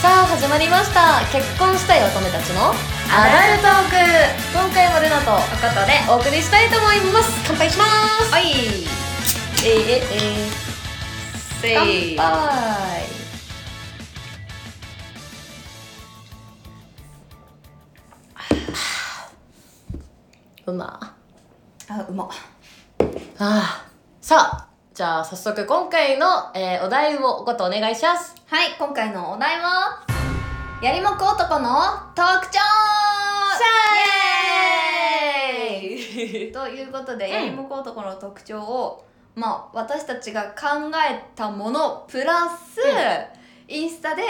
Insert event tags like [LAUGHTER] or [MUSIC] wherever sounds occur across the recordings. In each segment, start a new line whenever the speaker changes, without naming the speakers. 始まりました結婚したい乙女たちの
アダルトーク
今回もルナと
おことで
お送りしたいと思います乾杯します
おい
えいえいえい
せい
乾杯うま
あうま
あーさあじゃあ早速今回の、えーお題をおことお願いします
はい今回のお題はやりもく男の特徴イエーイ
イ
ということ
う
で、
ん
やりもく男の特徴をまあ私たちが考えたものプラス、インスタで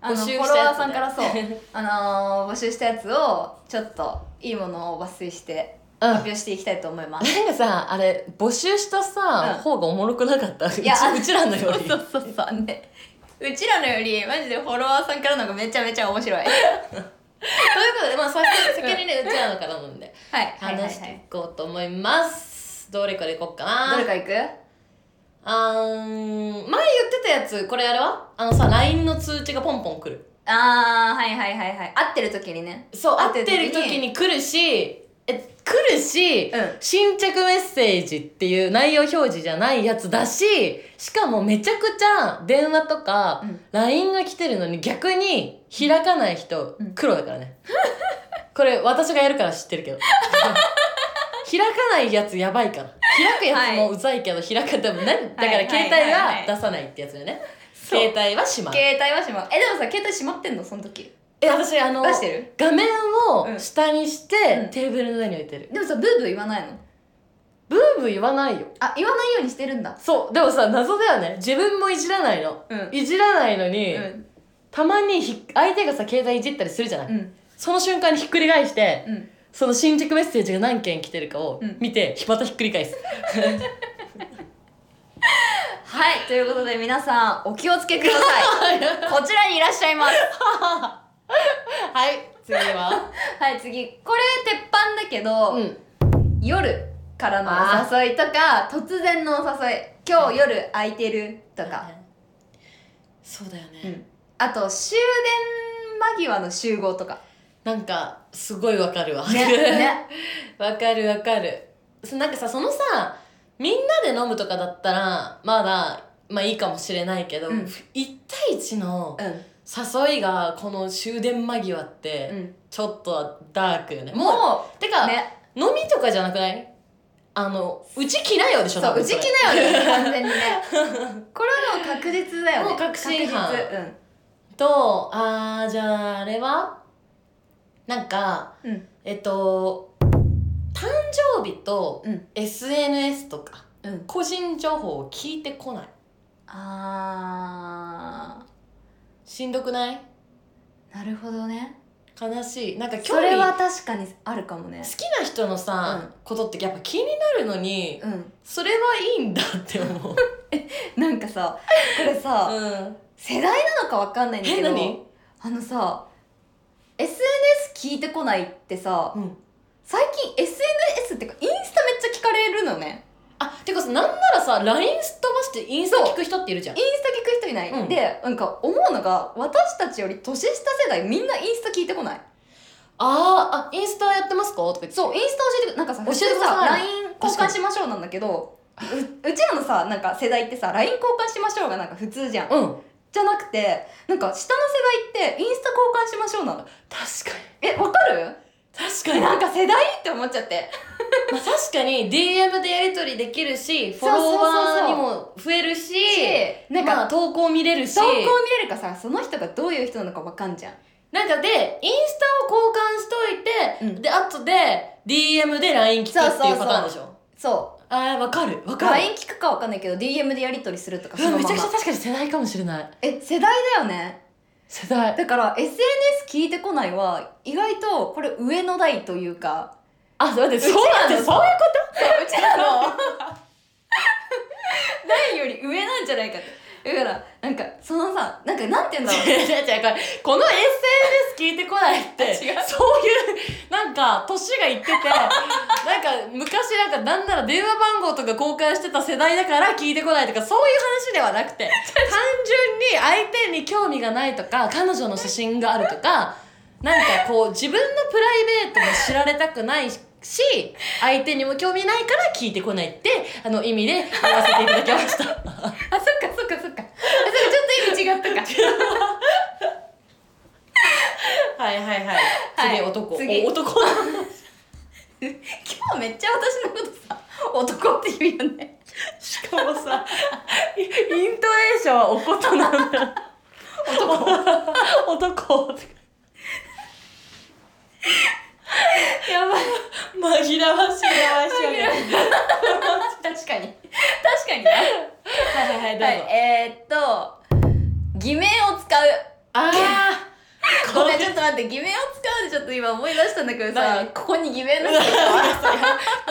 あ
[LAUGHS]
の
募集
フ
したやつ
ォ
ね
ロワーさんか
[LAUGHS]
らそうあのー募集したやつをちょっといいものを抜粋して
うん
発表していきたいと思います。
なんかさあれ募集したさ、
うん
方がおもろくなかった
いや
うちうちらのより
そうそうそうねうちらのよりマジでフォロワーさんからの方がめちゃめちゃ面白いは
ということで、まあ、早速先にね、うちらのからなんで、
いはいはいは
話してい
い
こうと思います。どれからいこうかな。
どれかいく
あーん、前言ってたやつ、これあれはあのさ、LINE の通知がポンポン来る。
あーはいはいはいはい合ってる時にね
そう、
合
会
っ
ってて
る時に
る時に来るし、え、来るし、
うん
新着メッセージっていう内容表示じゃないやつだし、しかもめちゃくちゃ電話とか
うん
LINE が来てるのに逆に開かない人
うん、
黒だからね。 [LAUGHS] これ私がやるから知ってるけど。 [LAUGHS] 開かないやつやばいから。開くやつもうざいけど、開かでもね、だから携帯は出さないってやつだよね。
そう
携帯はしまう。
携帯はしまうえでもさ携帯しまってんのその時
え、私あの
出、してる
画面
う
を
ん
下にして、
うん
テーブルの上に置いてる。
でもさブーブー言わないの
ブーブー言わないよ。
あ言わないようにしてるんだ
そうでもさ謎だよね自分もいじらないの
うんうん
いじらないのに、たまにひ相手がさ携帯いじったりするじゃない、
うん
その瞬間にひっくり返して、
うん
その新着メッセージが何件来てるかを
うん
見て、またひっくり返
[LAUGHS]
す
はいということで皆さんお気をつけくださ [LAUGHS] いこちらにいらっしゃいます
はい次は
はい次これ鉄板だけど、
うん
夜からのお誘いとか突然のお誘い今日夜空いてるとか、
そうだよね、
うんあと終電間際の集合とか
なんかすごいわかるわ
ねね
わかるわかるそなんかさそのさみんなで飲むとかだったらまだまあいいかもしれないけど、
うん
一対一の
う
誘いがこの終電間際っ
ん、う
て
ん、
ちょっとダークよね、もう
も
てか、
うね
飲みとかじゃなくないあのうち着なよでしょ
そう
多分
うち
れ
来なよね完全にねこれはもう確実だよね
もう確信犯
確
[LAUGHS]
実
とあーじゃああれはなんか
うんうん
えっと誕生日と
うん
SNS とか
うん
個人情報を聞いてこない
あ
しんどくない
ーなるほどね
悲しいなんか興
そ
味
れは
好
確かにあるかもね
きな人のさ、
うん
ことってやっぱ気になるのに
うん
それはいいんだって思う、
なんかさこれさ、
うん、
世代なのかわかんないんだけ
え
ど
何
あのさ SNS 聞いてこないってさ
うん
最近 SNS ってかインスタめっちゃ聞かれるのね
あてかさなんならさ LINE すっ飛ばしてインスタ聞く人っているじゃん
インスタ聞く人いない、
うん
でなんか思うのが私たちより年下世代みんなインスタ聞いてこない
あーあインスタやってますかとか言って
そうインスタ教えてくなんかさ
教えて
普通さ
ください
LINE 交換しましょうなんだけどううちらのさなんか世代ってさ LINE 交換しましょうがなんか普通じゃん
うん
じゃなくてなんか下の世代ってインスタ交換しましょうなの
確かに
えわかる [LAUGHS]
確か
え
に、ま
な
あ、
んか世代って思っちゃって
確かに DM でやり取りできるしフ
そ
ォ
うそうそう
ロ
そう
ワーにも増えるし
しなんか、
まあ、投稿見れるし
投稿見れるかさその人がどういう人なのかわかんじゃん
なんかでインスタを交換しといて、
うん
であとで DM で LINE 来たっていうパターンでしょ
そ
あーわかるわ
う
かる
LINE 聞くかわかんないけど DM でやり取りするとか
う
そ
わ
の
め
ま
ちゃくちゃ
ま
確かに世代かもしれない
え世代だよね
世代
だから SNS 聞いてこないは意外とこれ上の代というか
あ待って
うちら
そう
の
なん [LAUGHS] てそういうこと
[LAUGHS] うちらの代より上なんじゃないかってだからなんかそのさなんかなんて言うんだ
[LAUGHS]
ろう
違う違う違うこれこの SNS 聞いてこないって
違う
そういうなんか年がいっててなんか昔なんかなんなら電話番号とか交換してた世代だから聞いてこないとかそういう話ではなく [LAUGHS] て単純に相手に興味がないとか彼女の写真があるとかなんかこう自分のプライベートも知られたくないし相手にも興味ないから聞いてこないってあの意味で言わせていただきました。
あそっかそっかそっかあそっかちょっと意味違ったか
[LAUGHS]
[LAUGHS]
はいはいはい。
はい
次男。お
次
男。
今日めっちゃ私のことさ男って言うよね
しかもさ、イイントネーションはおことなんだ。男。男。
やばい
紛らわしい名前しよね。
[LAUGHS] 確かに確かにな
はいはい
は
はいい、どうぞ。
えー、っと偽名を使う
ああ。
ご
こ
めん
れ
ち
ち
ょ
ょっ
っと
と。
待って偽名を使うでちょっと今思い出したんだけどさ
何
ここに偽名の人
[LAUGHS] これ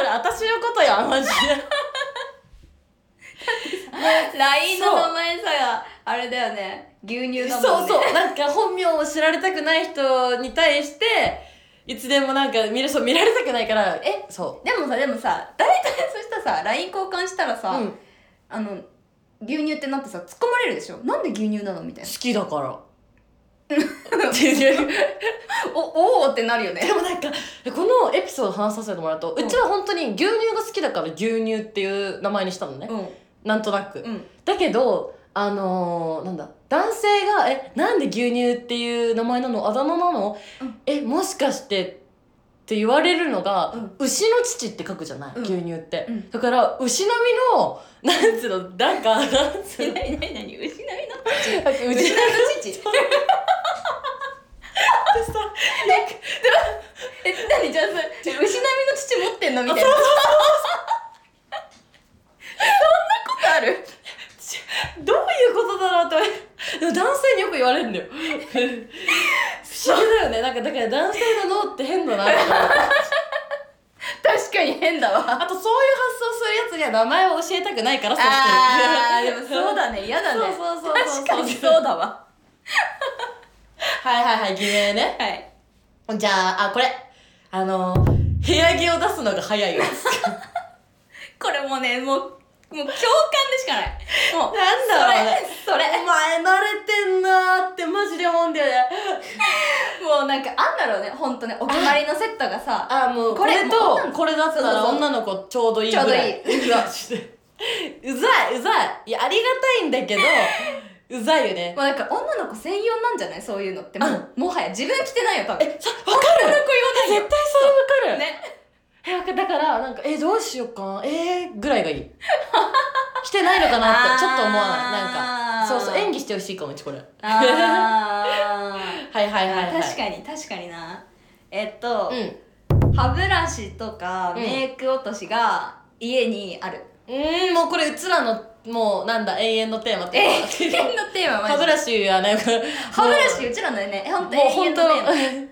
私のことやマジで。
LINE の名前さあれだよね牛乳だも
[LAUGHS] そ
んね
うそうなんか本名を知られたくない人に対していつでもなんか見るそう見られたくないから
え
そ
でもさでもさ大体そしたらさ LINE 交換したら
う、
さ、
うん、好
あの牛乳ってなってさ突っ込まれるでしょなんで牛乳なのみたいな
きだから。っていう
[LAUGHS] おおーってなるよね
でもなんかこのエピソード話させてもらうと、
う
うんちは本当に牛乳が好きだから牛乳っていう名前にしたのね、
うん
なんとなく、
うん
[LAUGHS] だけどあのーなんだ男性が「えなんで牛乳っていう名前なのあだ名なの、
うん
えもしかして」って言われるのが、
うん
牛の乳って書くじゃない、
うん
牛乳って、
うん
だから牛並みのなんつうのなん
[LAUGHS]
かなんつうの
何何何牛並みの
う
牛
ち [LAUGHS]
並みの父
さ
え何じゃあそれ牛並みの父持ってんのみたいなそんなことある
[LAUGHS] どういうことだろうと思ってでも男性によく言われるんだよ不思議だよねなんかだから男性の脳って変だなって思う
確かに変だわ
あとそういう発想するやつには名前を教えたくないからそう
あー
して
で
る
もそうだね嫌だね
そうそうそうそう
確かにそうだわ
[LAUGHS] はいはいはい偽名ね
はい
じゃああこれあの部屋着を出すのが早いやつ
これもうねもうもう共感でしかないもう
なんだろうね
それそれ
お前慣れてんなーってマジで思うんだよね
もうなんかあんだろうね本当ねお決まりのセットがさ
あーもう
こ
こ
れ
れ
もう
と
女の子
これだった
そう
ら
そう
女の子ち [LAUGHS] ょうどいいぐらい
ちょうどいいう
ざいうざいうざいいやありがたいんだ
[LAUGHS]
けどうざいよね
もうなんか女の子専用なんじゃないそういうのってもうもはや自分着てないよ多分
えさわかる
言わ
絶対それわかる
ね
えわかだからなんかえどうしようかなえー、ぐらいがいい
[LAUGHS]
来てないのかなってちょっと思わないなんか
ん
そうそう演技
技
してほしいかもうちこれは
[LAUGHS] あー
い [LAUGHS] はいはいはい
確かに確かになえっと、
うん
歯ブラシとか
うん
メイク落としが家にある、
うーんもうこれうちらのもうなんだ永遠のテーマって
永
いうか
遠のテーママジ
歯ブラシはなんか
歯ブラシうちらのね本当
もう
永
本
遠のテーマ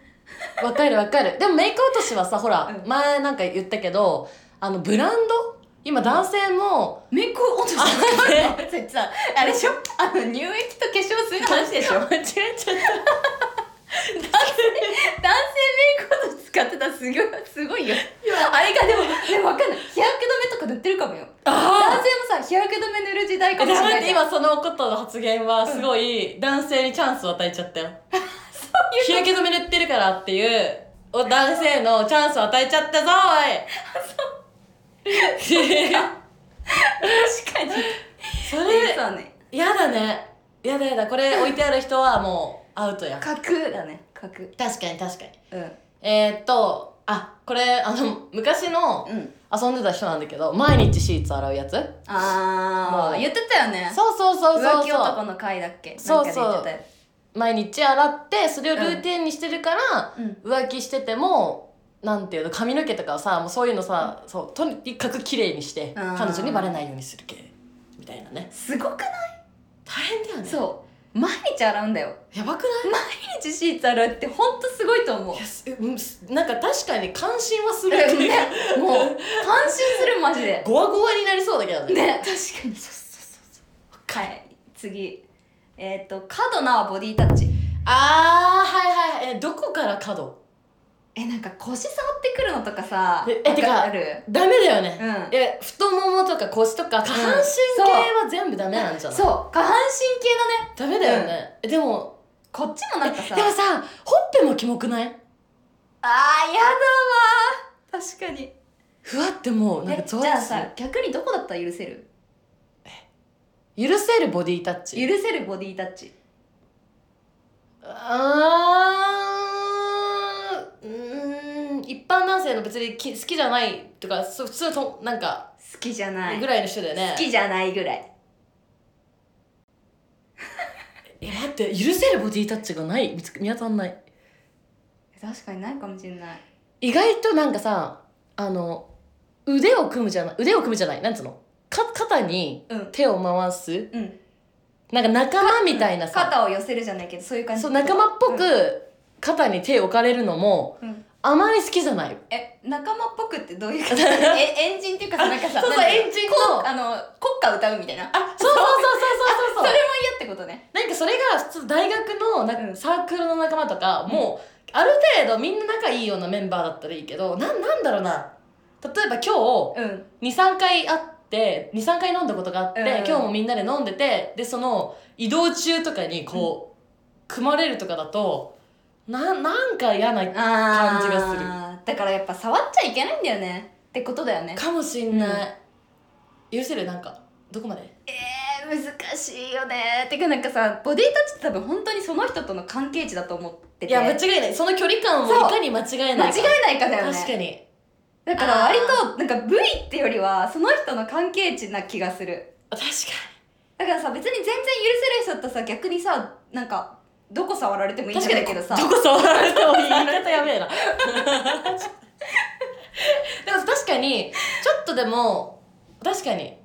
当わかるわかるでもメイク落としはさほら、
うん
前なんか言ったけどあのブランド今男性も
メイク落とし
あ
別にさ [LAUGHS] あれでしょあの乳液と化粧水の話でしょ [LAUGHS] 男性
[LAUGHS] 間違えちゃった
メイク落とし使ってたらすごいすごいよあれがでもでもわかんない日焼け止めとか塗ってるかもよ男性
あ
もさ日焼け止め塗る時代
あ
かもしれないじゃん
今そのことの発言はすごい男性にチャンスを与えちゃった
[LAUGHS]
よ日焼け止め塗ってるからっていうお男性のチャンスを与えちゃったぞおいそ
確かに
れ
そうね
やだねやだやだこれ置いてある人はもうアウトや
角だね角
確かに確かに
うん
えー、っとあこれあの昔の
うん
遊んでた人なんだけど毎日シーツ洗うやつ
あ
も
あ
う
言ってたよね
そうそうそうそう
浮気
そ
男
う
の回だっけ
そう
なん
そう
かで言って
毎日洗ってそれをルーティンにしてるから、
たよ
浮気しててもなんていうの髪の毛とかをさもうそういうのさ、そうとにかく綺麗にして
あー
彼女にバレないようにする系みたいなね
すごくない
大変だよね
そう毎日洗うんだよ
やばくない
毎日シーツ洗うってほんとすごいと思う
いやすうんすなんか確かに感心はする
ね
けど
もう感心するマジで
ゴワゴワになりそうだけどね
ね確かにそうそうそうそうはい次えっ、と過度なボディタッチ
あーはいはいえどこから角
えなんか腰触ってくるのとかさ
ええてか
わある
ダメだよね、
うん
え太ももとか腰とか下半身系は全部ダメなんじゃない、
そう下半身系だね
ダメだよね、えでも
こっちもなんか
え
さ
でもさほっぺもキモくない
あーやだわー確かに
ふわってもうなんか
え
ゾ
じ
ワ
ゃ
ッ
あ
とす
さ
る
逆にどこだったら許せる
許せるボディタッチ
許せるボディタッチ
あーうーん一般男性の別にき好きじゃないとかそう普通となんか
好きじゃない、
ぐらいの人だよね、
好きじゃないぐらい
え待って許せるボディタッチがない見つ見当たんない
確かにないかもしれない
意外となんかさあの腕を組むじゃない腕を組むじゃないなんつうのか肩に
うん
手を回す
うん
なんか仲間みたいなさ
肩を寄せるじゃないけどそういう感じ
そう仲間っぽ
うん
く肩に手を置かれるのも
うん
あまり好きじゃない
え仲間っぽくってどういう感
[LAUGHS]
じえエンジンっていうかさなんかさ
そうそう
なんか
エンジンの
こうあの国歌歌うみたいな
あそうそうそうそうそうそう
それも嫌ってことね
なんかそれが普通大学のなん
う
か
ん
サークルの仲間とか、もうある程度みんな仲いいようなメンバーだったらいいけどなんなんだろうな例えば今日
うん
23回会って23回飲んだことがあって、
うん
今日もみんなで飲んでてでその移動中とかにこう、組まれるとかだとななんか嫌な感
あ
じがする
るだからやっぱ触っちゃいけないんだよねってことだよね
かもしんない、許せるなんかどこまで
えー、難しいよねてかなんかさボディタッチって多分本当にその人との関係値だと思ってて
いや間違いないその距離感を
そう
いかに間違え
間
な
違
いか
えないかだよね
確かに
だから割となんか部位ってよりはその人の関係値な気がする
確かに
だからさ別に全然許せる人だったらさ逆にさなんかどこ触られてもいいん
確か
だ
に
けどさ
どこ [LAUGHS] 触られても言い方やべ
[LAUGHS]
えなでも確かにちょっとでも確かに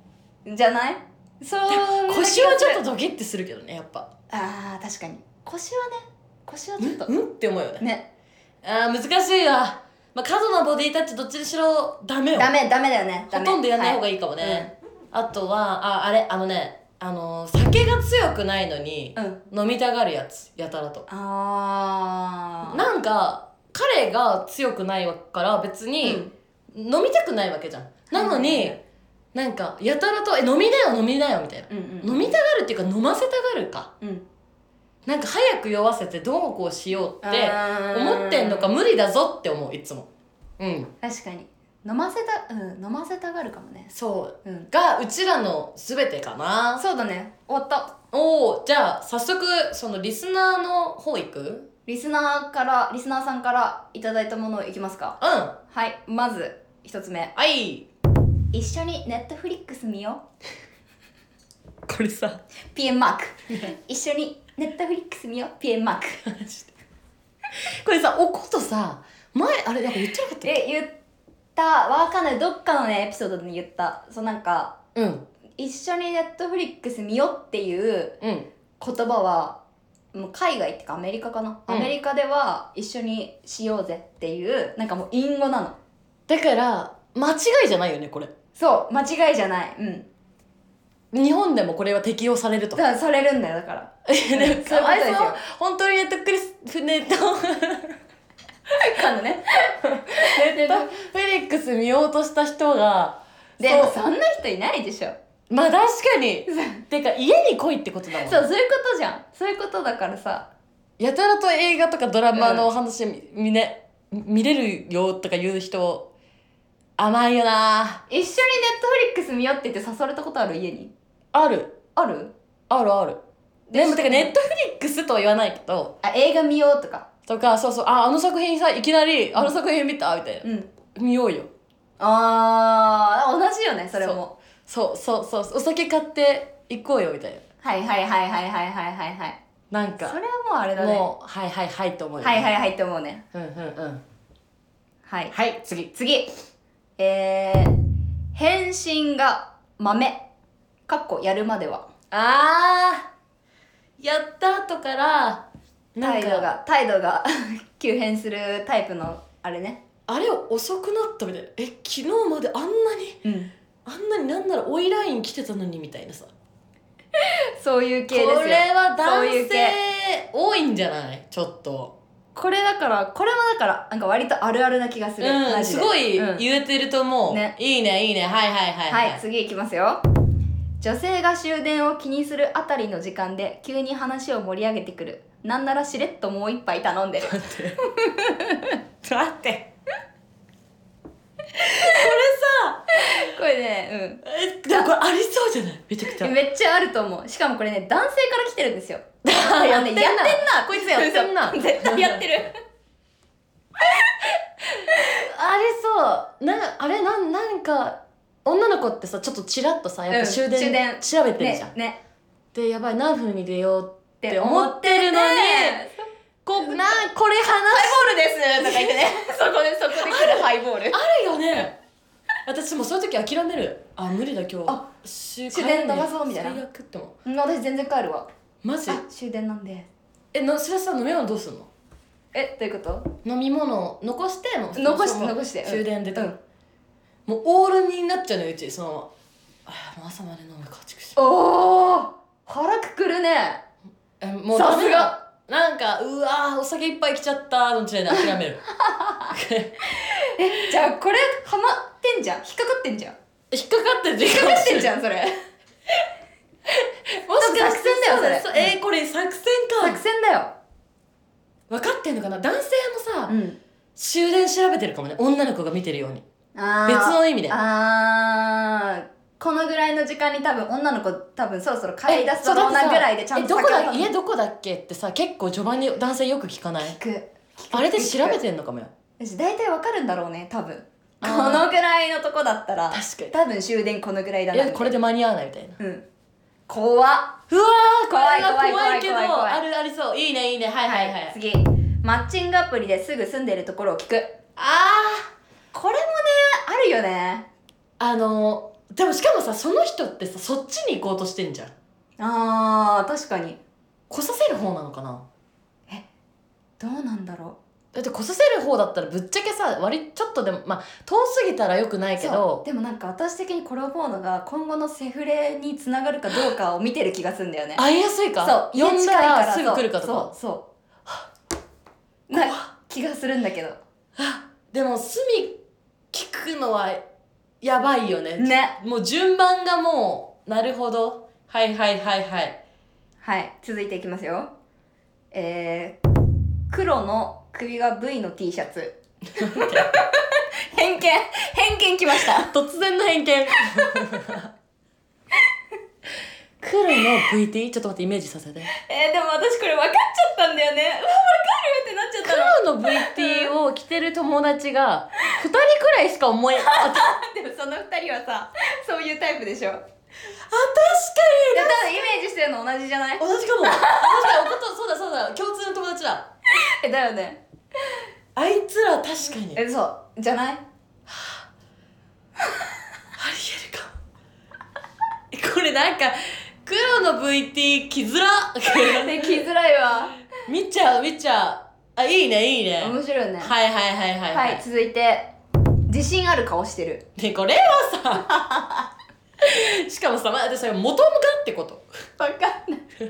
じゃないそう
腰はちょっと
と
ドキッてするけどねやっぱ
あー確かに腰はね腰はちょっと
うんって思うよね
ね
あー難しいわ、まあ、過度なボディタッチどっちにしろダメよ
ダメダメだよね
ほとんどやらない方が
いい
いいかもね、あとはああれあのねあの酒が強くないのに
うん
飲みたがるやつやたらと
あー
なんか彼が強くないから別に、
うん
飲みたくないわけじゃんなの
はいはい
に
はい
なんかやたらと「え飲みなよ飲みなよ」みたいな、
うんうん
飲みたがるっていうか飲ませたがるか
うん
なんか早く酔わせてどうこうしようって思
思
ってんのか無理だぞって思ういつもうん
確かに飲ませたうん飲ませたがるかもね
そう
うん
がうちらの全てかな
そうだね終わった
おおじゃあ早速そのリスナーの方行くうん
リスナーからリスナーさんからいただいたものいきますか
は
はいまず一つ目
い
一緒にネットフリックス見よ
これさ
う PM [LAUGHS] マーク一緒にネットフリックス見よう PM マーク
これさおことさ前あれなんか言ってなかったっけ
え言ったわかんないどっかのねエピソードに言ったそうなんか
うん
一緒にネットフリックス見ようっていう
うん
言葉はもう海外ってかアメリカかな、
うん
アメリカでは一緒にしようぜっていうなんかもう隠語なの
だから間違いじゃないよねこれ
そう間違いじゃないうん
日本でもこれは適用される [LAUGHS]
だ
と
からされるんだよだから
そういうことですよ
かわいそう
本当にネットクリスネット
かのね
ネットフェリックス見ようとした人が
で
そう
もそんな人いないでしょ
まあ確かにてか家に来いってことだもん
そうそういうことじゃんそういうことだからさ
やたらと映画とかドラマのお話み、みね見れるよとか言う人甘いよな
一緒にネットフリックス見ようって言って誘われたことある家に
ある
ある
あるある
で
でもてかネットフリックスとは言わないけど
あ映画見ようとか
とかそうそうああの作品さいきなりあの作品見たみたいな、
うん
見ようよ
あー同じよねそれも
そうそうそうそうお酒買って行こうよみたい
はいはいはいはいはいはいはいはい
ななんか
それはもうあれだね
もうはいはいはいと思うよ
はいはいはいって思うね
うんうんうん
はい
はい次
次えー、返信が豆かっこやるまでは
あーやった後からなん
態度
か
が態度が [LAUGHS] 急変するタイプのあれね
あれ遅くなったみたいなえ昨日まであんなに
うん
あんなになんならオイライン来てたのにみたいなさ
そういう系ですよ
これは男
そういう
性
系
多いんじゃないちょっと、
これだからこれはだからなんか割とあるあるな気がする、
う
マ
ん、
ジ
す
で
ごい
うん
言えてると思う、
ね
いいねいいねはいはいはい
はい、次いきますよ女性が終電を気にするあたりの時間で急に話を盛り上げてくるなんならしれっともう一杯頼んでる
[LAUGHS] 待って待って
これね
えでもこれありそうじゃないめちゃくちゃ
うんめっちゃあると思うしかもこれね男性から来てるんですよ
やって
ね
んな
[LAUGHS] やってんなこいつやってんな
そう
[LAUGHS] 絶対やってる
あれそうなあれなんなんか女の子ってさちょっとチラッとさやっぱ終
うん終
電
電
調べてるじゃん、
ねね
でやばい何分に出よう
っ
って思ってるのに
ね
こうなこれ話
ハイボールですとか言ってね [LAUGHS] そこでそこで来るハイボール
あるよね私もうそういう時諦めるあ無理だ今日
あ
終
終電逃そうみたいな
最悪っても
うん私全然帰るわ
マジ
あ終電なんで
えのそれさ飲み物どうすんの
えどういうこと
飲み物を残してもう
残して
もう
残してうん
終電出た、
うん
もうオールになっちゃうのようちそのあもう朝まで飲むかちくしょう
おー腹くくるね
えもう
さすが
ダメだなんかうわーお酒いっぱい来ちゃったの時点で諦める
えじゃあこれハマってんじゃん引っかかってんじゃん
引っかかってる時
引っ
間
かかってんじゃんそれ
もしか
作戦だよそれ
そうそうえーこれ作戦か
作戦だよ
分かってんのかな男性もさ、
ん
終電調べてるかもね女の子が見てるように
あ
別の意味で
あーこのぐらいの時間に多分女の子多分そろそろ帰り出す
そうだっ
よう
てさ
なぐらいでちゃんと
えどこだ
酒を飲
家どこだっけってさ結構序盤に男性よく聞かない
聞く
あれで調べてんのかもよ
私大体わかるんだろうね多分
あ
こ
ー
のぐらいのとこだったら
確
多分終電このぐらいだ
い
な
やこれで間に合わないみたいな
うん怖っ
うわーこれは
怖い怖
怖
い
いけど
怖い怖い
あるありそういいねいいねはいはいはい、
次マッチングアプリですぐ住んでるところを聞く
あ
これもねあるよね
ああのーでもしかもさその人ってさそっちに行こうとしてんじゃん
あー確かに
来させる方なのかな
どうなんだろ
だって来させる方だったらぶっちゃけさ割ちょっとでもまあ遠すぎたらよくな
う
いけ
そう
ど
でもなんか私的にコラボーノが今後のセフレにつながるかどうかを見てる気がするんだよね
会いやすいか
そう
呼んだらすぐ
家近いそう
来るかとか
そうそうな気がするんだけど
でも隅聞くのはやばいよね
ね
もう順番がもうなるほどはいはいはい [LAUGHS] はい
はい続いていきますよえー、黒の首が V の T シャツ偏見偏見きました
突然の偏見黒の VT ちょっと待ってイメージさせて
[LAUGHS] えー、でも私これ分かっちゃったんだよねうわ分かるってなっちゃったの
黒の VT を着てる友達が2人くらいしか思えあた確か
[LAUGHS] でもその二人はさそう [LAUGHS] いうタイプでしょで
に
多分イメージしてるの同じじゃない
[LAUGHS] 同じかも確かにおことそうだそうだ共通の友達だ
えだよね
あいつら確かにありえ
えそうじゃ [LAUGHS] ない
るかもえこれなんか黒の VT 着づら
できづらいわ
見ちゃう見ちゃうあいいねいいね
面白いね
はいはいはいはい
はい、続いて自信ある顔してる
でこれはさしかもさまあでそれ元がってこと
分かん [LAUGHS] ない自信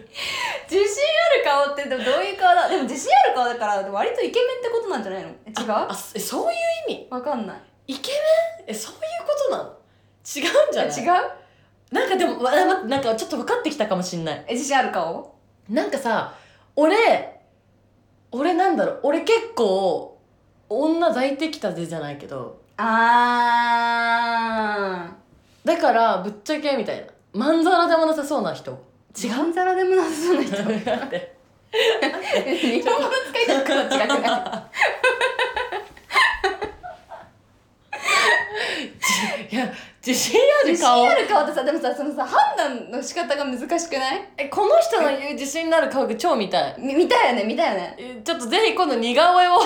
ある顔ってでもどういう顔だでも自信ある顔だから割とイケメンってことなんじゃないのえ違
あ
う
そえそういう意味
分かんない
イケメンえそういうことなの違うんじゃ
え
ない
違う
なんかでもわ待ってなんかちょっと分かってきたかもしんない
え自信ある顔
なんかさ俺俺なんだろう俺結構女抱いてきたぜじゃないけど
あー
だからぶっちゃけみたいなまんざらでもなさそうな人違
違うんざらでもなさそうな人日本
うだって
語の使い方と違くない
いや自信ある
自
顔
信ある顔ってさでもさそのさ判断の仕方が難しくない
えこの人の言う自信のある顔が超見たい
み見たよね見たよね
えちょっとぜひ今度似顔絵 [LAUGHS] を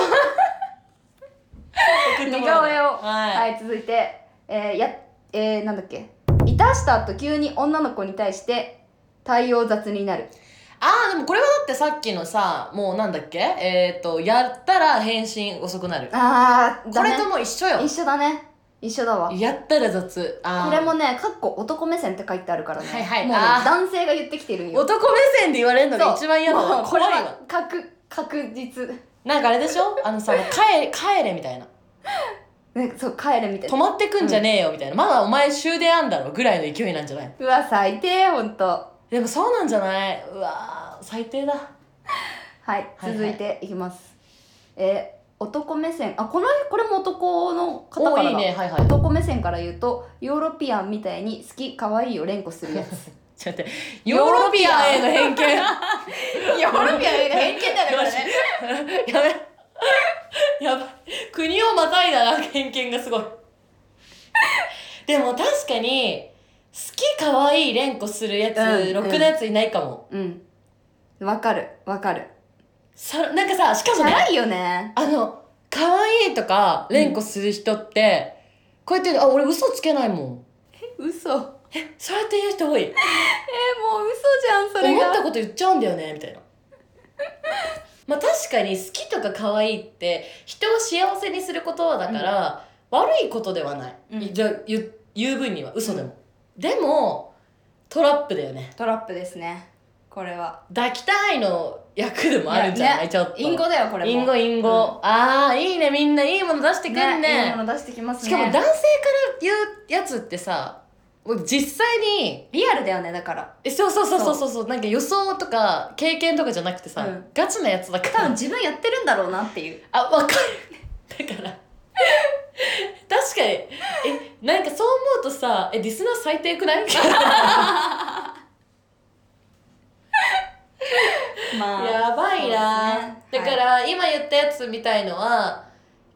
似
似顔絵を
は、
はいい続いてえー、やえー、なんだっけいたした後急に女の子に対して対応雑になる
ああでもこれはだってさっきのさもうなんだっけえっ、とやったら返信遅くなる
あー
こ
だね
れとも一緒よ
一緒だね一緒だわ
やったら雑あー
これもね「かっこ男目線」って書いてあるからね、
はいはい
もうね
あー
男性が言ってきてるんよ
男目線で言われるのが一番嫌だ
も
わ
う
これ
は
は
確確実
なんかあれでしょあのさもう帰帰れみたいな
ねそう帰るみたい
止
な
まってくんじゃねえよみたいな、まだお前終電あんだろぐらいの勢いなんじゃないう
わ最低ほんと
でもそうなんじゃないうわー最低だ
はい
はい
続いていきます、えー男目線あこのこれも男の方から
お
だ
いいねはいはい
男目線から言うとヨーロピアンみたいに好き可愛いを連呼する
[LAUGHS]
やつ
ちょっと待ってヨーロピアンへの偏見や
ヨーロピアン偏
ね
見だ
これねべやばい国をまたいだな偏見がすごいでも確かに好きかわいい連呼するやつ、
うん
ろくなやついないかも、
うんわかるわかる
さなんかさしか
チ
も
ャ
ね
ラいよね
あの、可愛いとか連呼する人って、こうやって、あ、俺嘘つけないもん。
嘘えもう
そうやって言う人多い。
嘘じゃんそれ
思
が
ったこと言っちゃうんだよね、みたい
[LAUGHS]
な。まあ確かに好きとか可愛いって人を幸せにする言葉だから、悪いことではない、
うん
じゃ言う言う分には嘘でも、でもトラップだよね
トラップですねこれは
抱きたいの役でもあるんじゃない、
ね
ちょっと
インゴだよこれも
インゴインゴ、ああいいねみんないいもの出してくんね
ねいいもの出してきますね
しかも男性から言うやつってさもう実際に
リアルだよねだから
えそうそうそうそうそうそうなんか予想とか経験とかじゃなくてさ、
うん
ガチなやつだか
多分
ら
自分やってるんだろうなっていう
あわかるだから確かにえなんかそう思うとさえリスナー最低くないみたいな [LAUGHS]
ま
やばいな、
そうですね
だから、今言ったやつみたいのは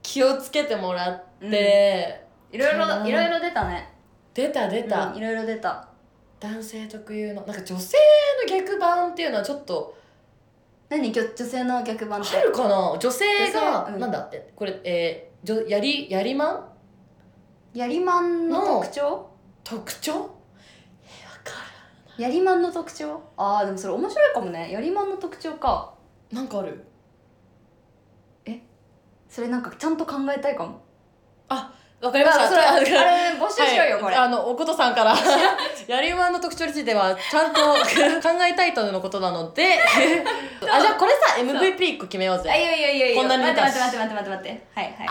気をつけてもらって、
うん
出
いろいろ
うん
いろいろ出たね
た出た、
うんいろいろ出た
男性特有のなんか女性の逆版っていうのはちょっと
何女女性の逆版って
あるかな女性
女
が
性うん
なんだえこれえーじょやりやりまん
やりまんの
の
特徴
特徴えわか
やりまんの特徴あーでもそれ面白いかもねやりまんの特徴か
るなんかある
それなんかちゃんと考えたいかも
わかりました
それあれ
はい
募集しようよこれ
あのおことさんから [LAUGHS] やりまんの特徴についてはちゃんと [LAUGHS] 考えたいとのことなの [LAUGHS] であじゃあこれさ MVP 一個決めよう
あい
ぜ
やいやいやいや
こんなに
待っ
出
て
た
待っ
して
待って待って待ってはいはいはい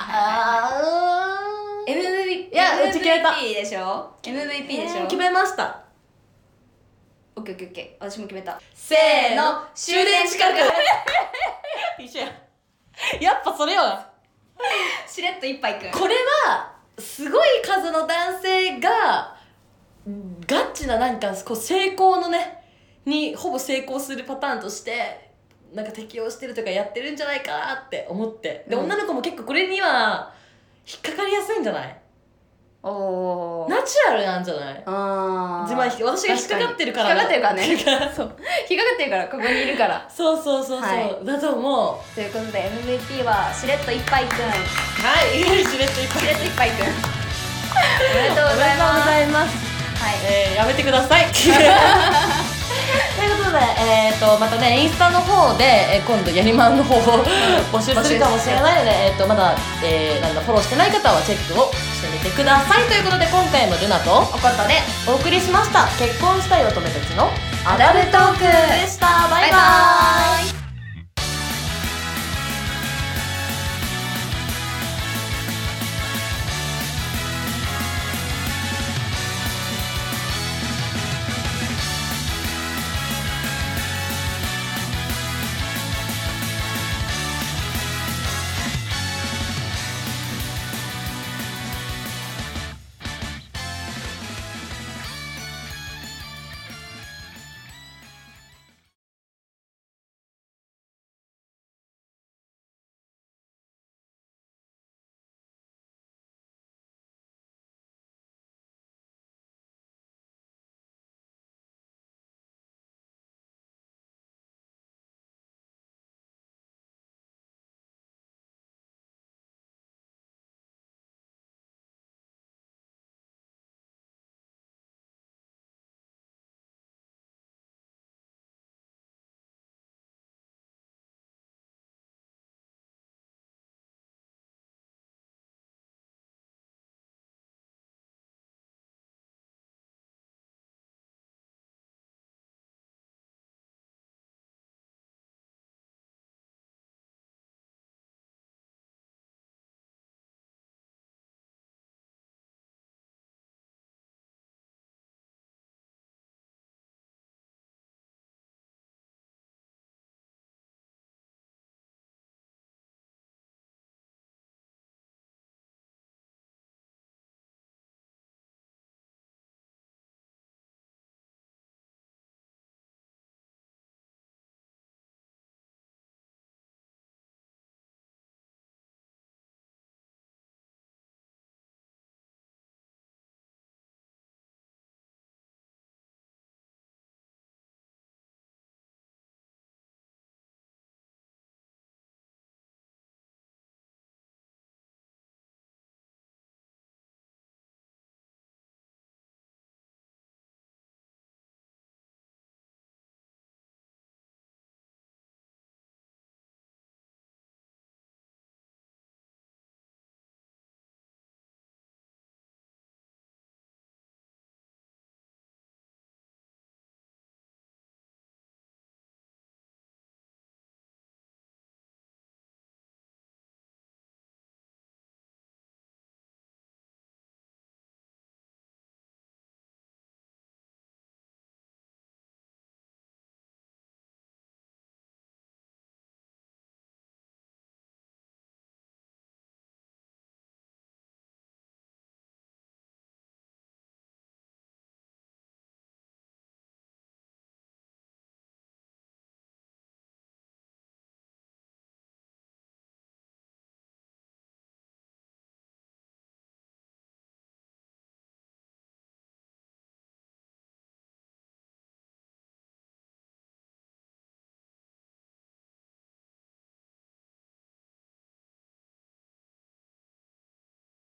はい
あ
MVP
いやうち消えた
MVP でしょ MVP でしょ
決めました
オッケーオッケーオッケー私も決めた
せーの終電近 [LAUGHS] く一緒ややっぱそれよ
しれっと一杯くん
これはすごい数の男性がガッチななんかこう成功のねにほぼ成功するパターンとしてなんか適用してるとかやってるんじゃないかなって思ってで、
うん
女の子も結構これには引っかかりやすいんじゃない
おー
ナチュラルなんじゃない
あ
自慢引き私が引っかかってるから
引っかかってるからね
引っかか [LAUGHS] ってるから
そう引っかかってるからここにいるから
そうそうそうそう、
は
だと思うは
ということで MVP はしれっと一杯くん
いしれっといっぱ
し
い
れっと一杯くんおめでとうございます
おめでとうございます、
はい
えー、やめてくださいということで、えー、とまたねインスタの方で、えー今度やりまんの方を募集するかもしれないので、えー、とまだ、えーなんだフォローしてない方はチェックをしてみてくださいということで今回もルナと
おことで
お送りしました結婚したい乙女たちの
アダルトーク
でしたバイバ
バイバ
バイバーイ
ーイ